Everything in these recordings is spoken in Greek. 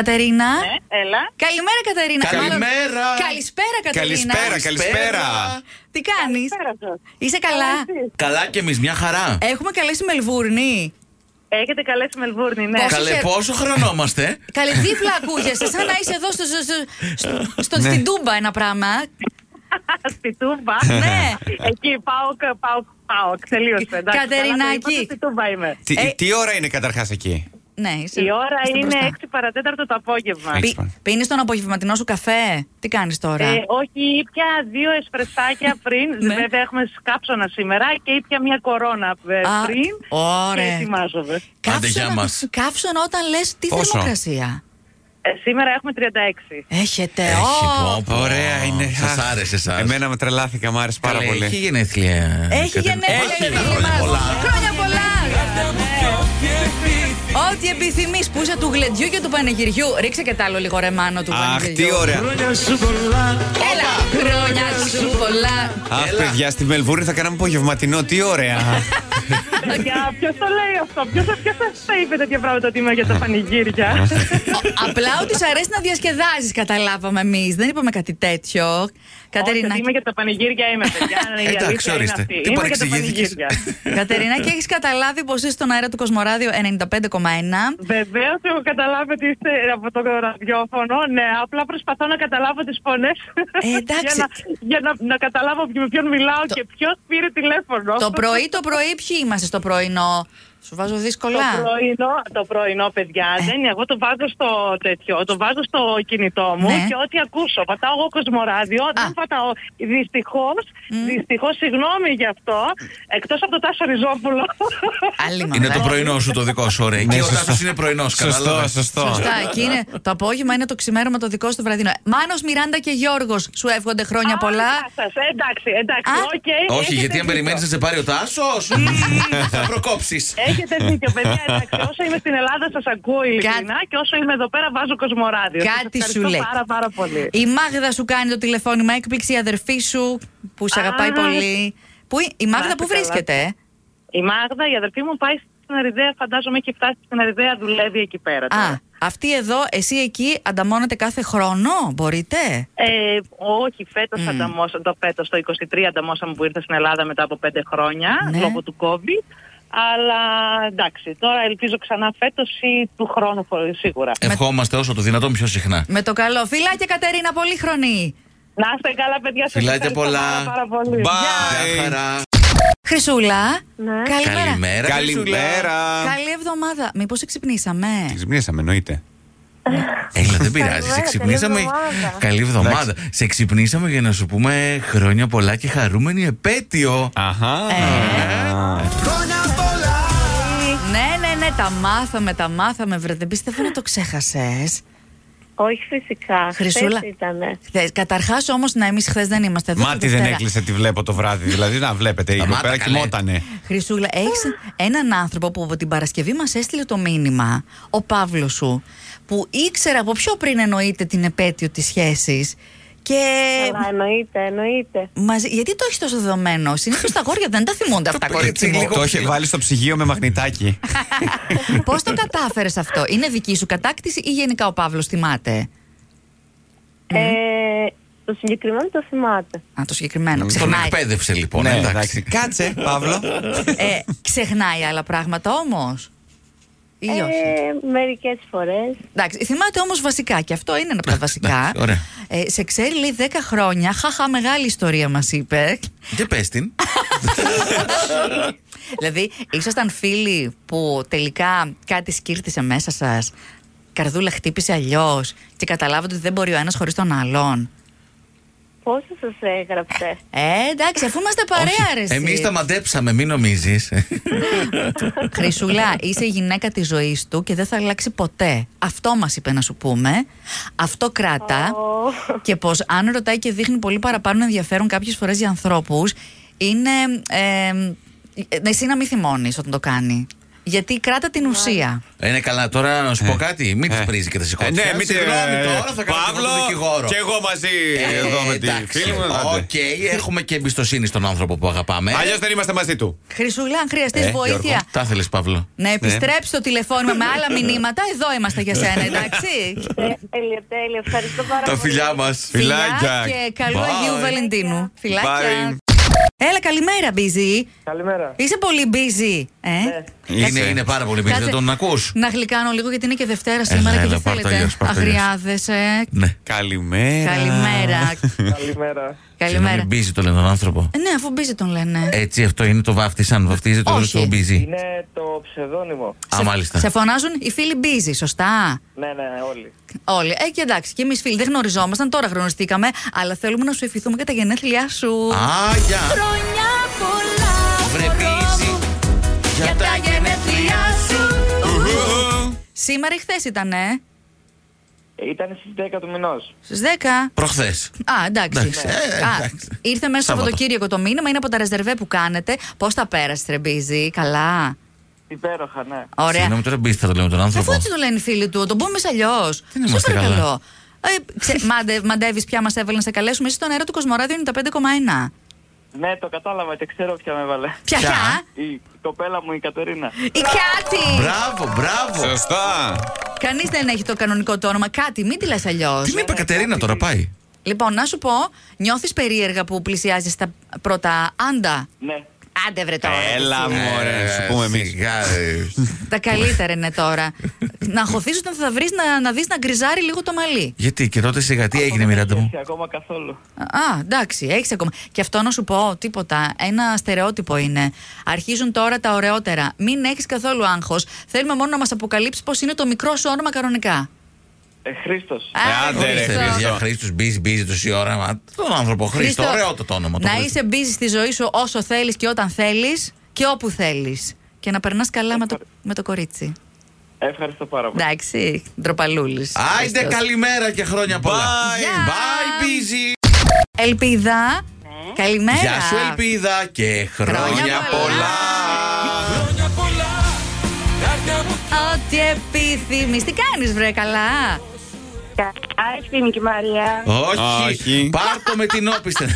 Κατερίνα. Ναι, έλα. Καλημέρα, Κατερίνα. Καλημέρα. Μάλλον- Καλησπέρα, Κατερίνα. Καλησπέρα, καλησπέρα. Τι κάνεις, Καλησπέρα σας. Είσαι καλά. Καλά Ε, εσείς. Καλά κι εμείς, μια χαρά. Έχουμε καλέσει Μελβούρνη. Έχετε καλέσει Μελβούρνη, ναι. Πώς Καλέ, είσαι- πόσο χρονόμαστε. Καλή δίπλα ακούγεσαι, σαν να είσαι εδώ στο, στο, στο- στο- Ναι. στην Τούμπα ένα πράγμα. Στη Τούμπα. Ναι. Εκεί πάω, πάω, πάω. Τελείωσε. εντάξει. Κατερινάκη. Καλά, ναι, Στη Τούμπα είμαι. Τι, Ε. τι ώρα είναι καταρχάς εκεί. Ναι, είσαι. Η ώρα είστε είναι μπροστά. 6 παρατέταρτο το απόγευμα. Πι- Πίνεις τον απογευματινό σου καφέ. Τι κάνεις τώρα. Ε, όχι, ήπια δύο εσπρεσάκια πριν. Ναι. Βέβαια, έχουμε σκάψωνα σήμερα και ήπια μια κορώνα ε, Α, πριν. ωραία. Και ετοιμάζομαι. Άντε, γεια μας. καύσωνα όταν λες τι Πόσο? θερμοκρασία. Ε, σήμερα έχουμε 36. Έχετε. Έχει, ω, πω, πω. Ωραία είναι. Σας Αχ, άρεσε εσάς. Εμένα με τρελάθηκα, μου άρεσε πάρα Καλέ, Έχει πολύ. γενέθλια. Έχει Κατερίνα. γενέθλια Όχι, η ένα φίλη χρόνια μας. πολλά. Χρόνια πολλά. Ό,τι επιθυμείς που είσαι του γλεντιού και του πανηγυριού. Ρίξε και τ' άλλο λίγο ρεμάνο του Αχ, πανηγυριού. τι ωραία. Έλα, χρόνια σου πολλά. Αχ, Έλα. παιδιά, στη Μελβούρνη θα κάναμε απογευματινό. Τι ωραία. Ποιος το λέει αυτό, ποιος σα είπε τέτοια πράγματα ότι είμαι για τα πανηγύρια. Ο- Απλά ότι σ' αρέσει να διασκεδάζεις, καταλάβαμε εμείς. Δεν είπαμε κάτι τέτοιο. Κατερίνα, Όχι, Είμαι για τα πανηγύρια, είμαι παιδιά. Ε, Η Εντάξει, αλήθεια είναι ορίστε. αυτή. Τι Είμαι για τα παρεξηγήθηκες. πανηγύρια. Κατερίνα και έχεις καταλάβει πως είσαι στον αέρα του Κοσμοράδιο 95,1. Βεβαίως, έχω καταλάβει ότι είστε από το ραδιόφωνο. Ναι, απλά προσπαθώ να καταλάβω τις φωνές. Ε, εντάξει. για να, για να, να καταλάβω με ποιον μιλάω και ποιος πήρε τηλέφωνο. το πρωί, το πρωί, ποιοι είμαστε στο πρωινό. Σου βάζω Το δύσκολα. πρωινό, το πρωινό, παιδιά, δεν είναι. Εγώ το βάζω στο τέτοιο, το βάζω στο κινητό μου Ναι. και ό,τι ακούσω. Πατάω εγώ κοσμοράδιο, δεν πατάω. Δυστυχώς, δυστυχώς, συγγνώμη γι' αυτό. Εκτός από το Τάσο Ριζόπουλο. Άλλη Είναι μαμά. το πρωινό σου το δικό σου, ωραία. Και ο Ναι, σωστό. Τάσος είναι πρωινός, Σωστό, σωστό. Σωστά, εκεί είναι. Το απόγευμα είναι το ξημέρωμα το δικό σου το βραδινό. Μάνος, Μιράντα και Γιώργος σου εύχονται χρόνια Α, πολλά. γεια σας. Ε, Εντάξει, εντάξει, Α. οκ. Όχι, Ε, έχετε γιατί αν δίκιο. περιμένει να σε πάρει ο Τάσος, θα προκόψεις. Έχετε δίκιο, παιδιά. Εντάξει, όσο είμαι στην Ελλάδα, σας ακούω ειλικρινά και όσο είμαι εδώ πέρα, βάζω κοσμοράδιο. Σας Κάτι σου ευχαριστώ λέει. Πάρα, πάρα πολύ. Η Μάγδα σου κάνει το τηλεφώνημα έκπληξη, η αδερφή σου που σε Α, αγαπάει πολύ. Που, η Μάγδα είστε που καλά. βρίσκεται. ε? Η Μάγδα, η αδερφή μου, πάει στην Αριδέα. Φαντάζομαι έχει φτάσει στην Αριδέα, δουλεύει εκεί πέρα. τώρα. Α, αυτή εδώ, εσύ εκεί ανταμώνετε κάθε χρόνο, μπορείτε. Ε, όχι, φέτος ανταμώσα, το φέτος, το 23 ανταμώσαμε που ήρθε στην Ελλάδα μετά από πέντε χρόνια Ναι. λόγω του COVID. Αλλά εντάξει, τώρα ελπίζω ξανά φέτος ή του χρόνου φο- σίγουρα. Ευχόμαστε όσο το δυνατόν πιο συχνά. Με το καλό. Φιλάκια Κατερίνα, πολύχρονη. Να είστε καλά, παιδιά. Σας Φιλάκια ευχαριστώ πολλά. πάρα, πάρα πολύ. Γεια Bye. χαρά. Χρυσούλα, Ναι. καλημέρα. Καλημέρα. Χρυσούλα. Καλημέρα. Καλή εβδομάδα. Μήπως ξυπνήσαμε. Ξυπνήσαμε, εννοείται. Έλα, Ε, δεν πειράζει. Σε Καλημέρα, ξυπνήσαμε. καλή εβδομάδα. Καλή εβδομάδα. Σε ξυπνήσαμε για να σου πούμε χρόνια πολλά και χαρούμενη επέτειο. Αχά. Ε, Ναι, ναι, ναι, τα μάθαμε, τα μάθαμε, βρε. Δεν πιστεύω να το ξέχασες. Όχι φυσικά. Χρυσούλα. Ήταν. Καταρχάς όμως, να εμείς χθες δεν είμαστε εδώ. Μάτι τη δεν Δευτέρα. έκλεισε, τη βλέπω το βράδυ. Δηλαδή να βλέπετε, η Σταμάτα, κοπέλα καλέ. κοιμότανε. Χρυσούλα, έχεις έναν άνθρωπο που από την Παρασκευή μας έστειλε το μήνυμα, ο Παύλος σου, που ήξερε από πιο πριν εννοείται την επέτειο της σχέσης. Και. Καλά, εννοείται, εννοείται. Μαζί- γιατί το έχεις τόσο δεδομένο. Συνήθως τα γόρια δεν τα θυμούνται αυτά, κορίτσι μου. Το είχε βάλει στο ψυγείο με μαγνητάκι. Πώς το κατάφερες αυτό, Είναι δική σου κατάκτηση ή γενικά ο Παύλος θυμάται. Ε, το συγκεκριμένο το θυμάται. Α, το συγκεκριμένο. Τον Ξεχνάει. εκπαίδευσε λοιπόν. Ναι, εντάξει. εντάξει. Κάτσε, Παύλο. Ε, ξεχνάει άλλα πράγματα όμως. Ή όχι. Ε, Μερικές φορές. Εντάξει, θυμάται όμως βασικά και αυτό είναι ένα από τα βασικά. εντάξει, ωραία. Ε, σε ξέρει, λέει 10 χρόνια. Χαχά, μεγάλη ιστορία μας είπε. Και πες την. δηλαδή, ήσασταν φίλοι που τελικά κάτι σκύρτησε μέσα σας. Καρδούλα χτύπησε αλλιώς και καταλάβατε ότι δεν μπορεί ο ένας χωρίς τον άλλον. Πόσο σας έγραψες. Ε, εντάξει, αφού είμαστε παρέα, ρε. εσύ. Εμείς τα μαντέψαμε, μην νομίζεις. Χρυσούλα, είσαι η γυναίκα της ζωής του και δεν θα αλλάξει ποτέ. Αυτό μας είπε να σου πούμε. Αυτό κράτα. Ω. και πως αν ρωτάει και δείχνει πολύ παραπάνω ενδιαφέρον κάποιες φορές για ανθρώπους, είναι. Ε, ε, εσύ να μην θυμώνεις όταν το κάνει. Γιατί κράτα την ουσία. Ε, Είναι καλά, τώρα να σου πω κάτι. Μην τη Ε. πρίζει και τα Ε, σηκώσει. ναι, μην Συγγνώμη ε, τώρα, θα κάνω Παύλο, τον δικηγόρο. και εγώ μαζί Ε, εδώ με τη εντάξει. φίλη μου. Οκ, ε. έχουμε και εμπιστοσύνη στον άνθρωπο που αγαπάμε. Αλλιώς δεν είμαστε μαζί του. Χρυσούλα, αν χρειαστείς Ε, βοήθεια. Γιώργο. Τα θέλεις, Παύλο. Να επιστρέψεις το τηλεφώνημα με άλλα μηνύματα. Εδώ είμαστε για σένα, εντάξει. Ε, Τέλεια, τέλεια. Ευχαριστώ πάρα πολύ. Τα φιλιά μας. Φιλάκια. και καλό Αγίου Bye. Βαλεντίνου. Bye. Φιλάκια. Έλα, καλημέρα, busy. Καλημέρα. Είσαι πολύ busy, ε. Είναι, είναι πάρα πολύ μπίζι, Κάτσε δεν τον ακούς. Να γλυκάνω λίγο γιατί είναι και Δευτέρα Έλα, σήμερα και έλα, δεν πάρ' το θέλετε. αλλιώς, πάρ' το αλλιώς. Αγριάδες, ε. Ναι. Καλημέρα. Καλημέρα. Καλημέρα. Συγγνώμη, Ε, Καλημέρα. μπίζι το λένε τον άνθρωπο. Ε, Ναι, αφού busy τον λένε. Έτσι, αυτό είναι το βάφτισαν. Βαφτίζεται το Όχι. όνομα του μπίζι. Είναι το ψευδόνυμο. Α, μάλιστα. Σε φωνάζουν οι φίλοι busy, σωστά. Ναι, ναι, όλοι. Όλοι. Ε, και εντάξει, και εμείς φίλοι δεν γνωριζόμασταν, τώρα γνωριστήκαμε, αλλά θέλουμε να σου ευχηθούμε και τα γενέθλιά σου. Α, γεια. Χρόνια πολλά, Βρε, μωρό Μπίζη, μου, για τα γενέθλιά σου. Ουχου. Σήμερα ή χθες ήταν, ε. Ε, Ήταν στι 10 του μηνός. Στις 10. Προχθές. Α, εντάξει. ναι. Εντάξει, ε, Α, εντάξει. ήρθε μέσα Σάββατο. από το Κύριακο το μήνυμα, είναι από τα ρεζερβέ που κάνετε. Πώς τα πέρασε, Τρεμπίζη, καλά. Υπέροχα, ναι. Ωραία. Συγγνώμη, τώρα μπίζι θα το λέμε τον άνθρωπο. Αφού έτσι το λένε οι φίλοι του, τον πούμε αλλιώ. Δεν είμαστε καλά. Ε, ξε, μάντε, μαντεύεις ποια μας έβαλε να σε καλέσουμε. Εσύ στον αέρα του Κοσμοράδιο είναι τα 5,1. Ναι, το κατάλαβα και ξέρω ποια με έβαλε. Ποια, Ποια? ποια? Η κοπέλα μου, η Κατερίνα. Η Κάτι! Μπράβο, μπράβο. Σωστά. Κανείς δεν έχει το κανονικό το όνομα. Κάτι, μην τη λες αλλιώς. Την είπε Κατερίνα τώρα, πάει. Λοιπόν, να σου πω, νιώθεις περίεργα που πλησιάζεις τα πρώτα άντα. Ναι. Άντε βρε τώρα. Έλα εσύ. μωρέ, Ε, σου πούμε εμείς. Σιγά, ε. Τα καλύτερα είναι τώρα. να χωθείς όταν θα βρεις να, να δεις να γκριζάρει λίγο το μαλλί. Γιατί και τότε σιγά, τι έγινε, Μιράντα μου. Όχι ακόμα καθόλου. Α, εντάξει, έχεις ακόμα. Και αυτό να σου πω τίποτα. Ένα στερεότυπο είναι. Αρχίζουν τώρα τα ωραιότερα. Μην έχεις καθόλου άγχος. Θέλουμε μόνο να μας αποκαλύψεις πώ είναι το μικρό σου όνομα κανονικά. Ε, Χρήστος. Α, άντε, ρε, Χριστό. Χρήστος. Για Χρήστος, μπίζει, μπίζει τόση ώρα. Μα τον άνθρωπο, Χρήστο, ωραίο το όνομα. το Να Χρήστο. είσαι busy στη ζωή σου όσο θέλεις και όταν θέλεις και όπου θέλεις. Και να περνάς καλά με το, με το κορίτσι. Ευχαριστώ πάρα πολύ. Εντάξει, ντροπαλούλης. Άιντε, καλημέρα και χρόνια πολλά. Γεια. Bye, busy. Ελπίδα. Καλημέρα. Γεια σου, Ελπίδα και χρόνια Χρόνια πολλά. πολλά. Ό,τι επιθυμείς. Τι κάνεις, βρε, καλά. Καλά, εσύ είμαι και η Μαρία. Όχι. Όχι. Πάρ' το με την όπιστε.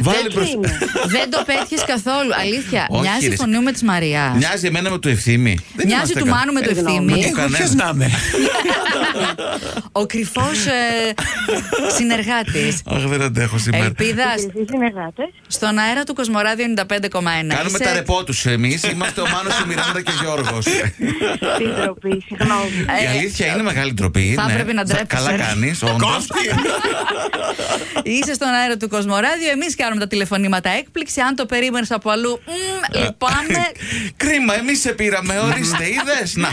Βάλε μπροστά. Δεν το πέτυχες καθόλου. Αλήθεια. Όχι, Μοιάζει η ρε. φωνή μου με της Μαρία. Μοιάζει εμένα με του ευθύμη. Δεν Μοιάζει είμαστε του κα- Μάνου με το Ε, ευθύμη. Εγώ κανένα. Ποιο να είμαι. Ε, Ο ε, κρυφό συνεργάτης. Αχ, δεν αντέχω σήμερα. Ελπίδας Εσείς συνεργάτες. στον αέρα του Κοσμοράδιο 95,1. Κάνουμε Είσαι- τα ρεπό τους εμείς. Είμαστε ο Μάνος, η Μιράντα και ο Γιώργος. Τι ντροπή, συγγνώμη. Ε, Η αλήθεια είναι μεγάλη ντροπή. θα ναι. έπρεπε να ντρέπεσαι, Καλά ρε. κάνεις. όντως. Είσαι στον αέρα του Κοσμοράδιο. Εμείς κάνουμε τα τηλεφωνήματα έκπληξη. Αν το περίμενες από αλλού, Ε. μμ, λυπάμαι. Κρίμα, εμείς σε πήραμε. Ορίστε, είδες. Να.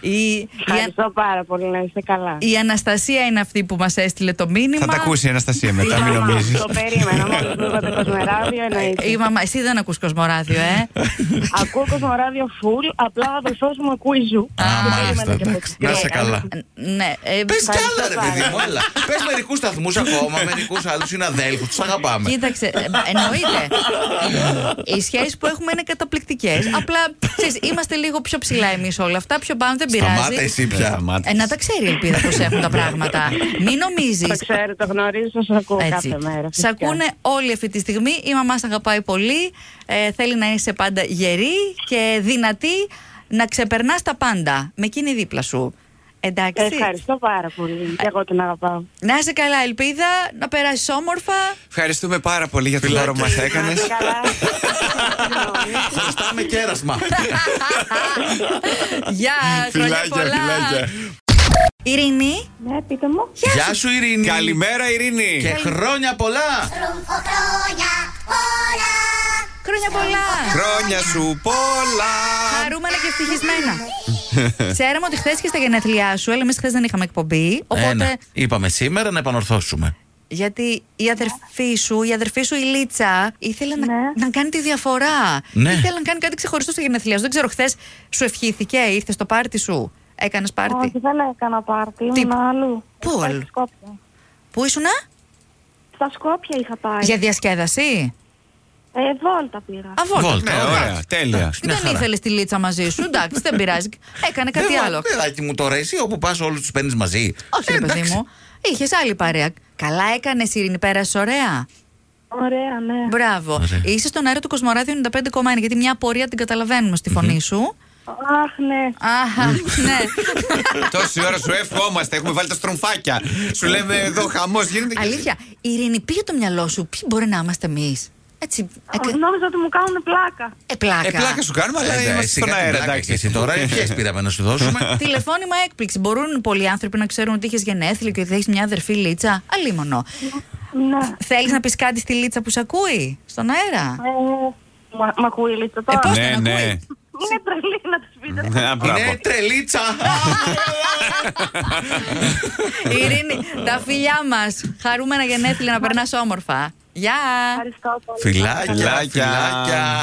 η, η, Α- Ευχαριστώ πάρα πολύ να είστε καλά. η Αναστασία είναι αυτή που μας έστειλε το μήνυμα. Θα τα ακούσει η Αναστασία μετά, μην Μα, νομίζεις. Το περίμενα, μόλις μου είπατε Κοσμοράδιο Η εννοείται. μαμά, εσύ δεν ακούς Κοσμοράδιο, ε. Ακούω Κοσμοράδιο full, απλά ο αδερφός μου ακούει ζου. Α, μάλιστα. περίμενα και από εντάξει. Να Ε, είσαι εκεί. καλά. ναι. ε, Πες κι άλλα, ρε πάρα. παιδί μου, έλα. Πες μερικού σταθμούς ακόμα, μερικού άλλους συναδέλφους. Τους αγαπάμε. Κοίταξε, ε, εννοείται. Οι σχέσεις που έχουμε είναι καταπληκτικές. Απλά ξέρεις, είμαστε λίγο πιο ψηλά εμείς όλα αυτά, πιο πάνω δεν πειράζει. Σταμάτα εσύ Ε, πια. σταμάτησε. Ε, να τα ξέρει η ελπίδα πώς έχουν τα πράγματα. Μην νομίζεις. Το ξέρω, το γνωρίζω, σας ακούω κάθε μέρα. Σ' φυσικά. ακούνε όλοι αυτή τη στιγμή. Η μαμά σ' αγαπάει πολύ. Ε, θέλει να είσαι πάντα γερή και δυνατή να ξεπερνάς τα πάντα. Με εκείνη δίπλα σου. Εντάξει. Ευχαριστώ πάρα πολύ. Και εγώ την αγαπάω. Να είσαι καλά, ελπίδα, να περάσεις όμορφα. Ευχαριστούμε πάρα πολύ για το δώρο που μας έκανες. Να είστε καλά. ναι. Χρωστάμε κέρασμα. Γεια, χρόνια Φιλάκια, πολλά. φιλάκια. Ειρήνη, Ναι, πείτε μου. Γεια σου, Ειρήνη. Καλημέρα, Ειρήνη. Και χρόνια πολλά. Τρούχο χρόνια χρόνια πολλά. πολλά. Χρόνια σου πολλά. Χαρούμενα και ευτυχισμένα. Ε. Ξέραμε ότι χθες και στα γενέθλιά σου, αλλά εμείς χθες δεν είχαμε εκπομπή. Οπότε, Ένα. Είπαμε σήμερα να επανορθώσουμε. γιατί η αδερφή σου, η αδερφή σου η Λίτσα, ήθελε να, Ναι. να κάνει τη διαφορά. Ναι. Ήθελε να κάνει κάτι ξεχωριστό στα γενέθλιά σου. Δεν ξέρω, χθες σου ευχήθηκε, ήρθες στο πάρτι σου. Έκανες πάρτι. Όχι, δεν έκανα πάρτι. Τι- Ήμουν αλλού. Πού Είχα πάει αλλού? Στα Σκόπια. Πού ήσουνα? Στα Σκόπια είχα πάει. Για διασκέδαση. Ε, βόλτα πήρα. Α, βόλτα. Βόλτα, Ναι, ωραία. ωραία, τέλεια. Μια Δεν χαρά. ήθελε τη λίτσα μαζί σου. Εντάξει, δεν πειράζει. Έκανε κάτι Δεν βα- άλλο. παιδάκι μου τώρα, εσύ όπου πας όλους τους παίρνεις μαζί. Όχι, Ε, ρε παιδί εντάξει. μου. Είχες άλλη παρέα. Καλά έκανες, Ειρήνη, πέρασε ωραία. Ωραία, ναι. Μπράβο. Ε, Ωραία. Είσαι στον αέρα του Κοσμοράδιο 95,1 γιατί μια απορία την καταλαβαίνουμε στη φωνή σου. Αχ, ναι. Αχα, ναι. Τόση ώρα σου ευχόμαστε, έχουμε βάλει τα στρομφάκια. Σου λέμε Ε, εδώ χαμός γίνεται. και- Αλήθεια. Ειρήνη, πήγε το μυαλό σου. Ποιοι μπορεί να είμαστε εμείς. Έτσι. εκα- ναι. Νόμιζα ότι μου κάνουν πλάκα. Ε, πλάκα. Ε, πλάκα σου κάνουμε, αλλά Ε, είμαστε εσύ στον κάτι αέρα, πλάκα εντάξει. Ε, και Εσύ τώρα, ποιε πήραμε να σου δώσουμε. Τηλεφώνημα έκπληξη. Μπορούν πολλοί άνθρωποι να ξέρουν ότι είχες γενέθλια και ότι έχεις μια αδερφή λίτσα. Αλίμονο. Ναι. Θέλεις να πεις κάτι στη λίτσα που σε ακούει στον αέρα. Ε, μα, μα ακούει η λίτσα τώρα. Ε, πώς- Ναι, τον ναι. ακούει. Είναι τρελή να της πείτε. Α, Είναι μπράβο. τρελίτσα. Ειρήνη, τα φιλιά μας. Χαρούμενα γενέθλια να περνάς όμορφα. Γεια! Ευχαριστώ πολύ. Φιλάκια, Φιλάκια. φιλάκια.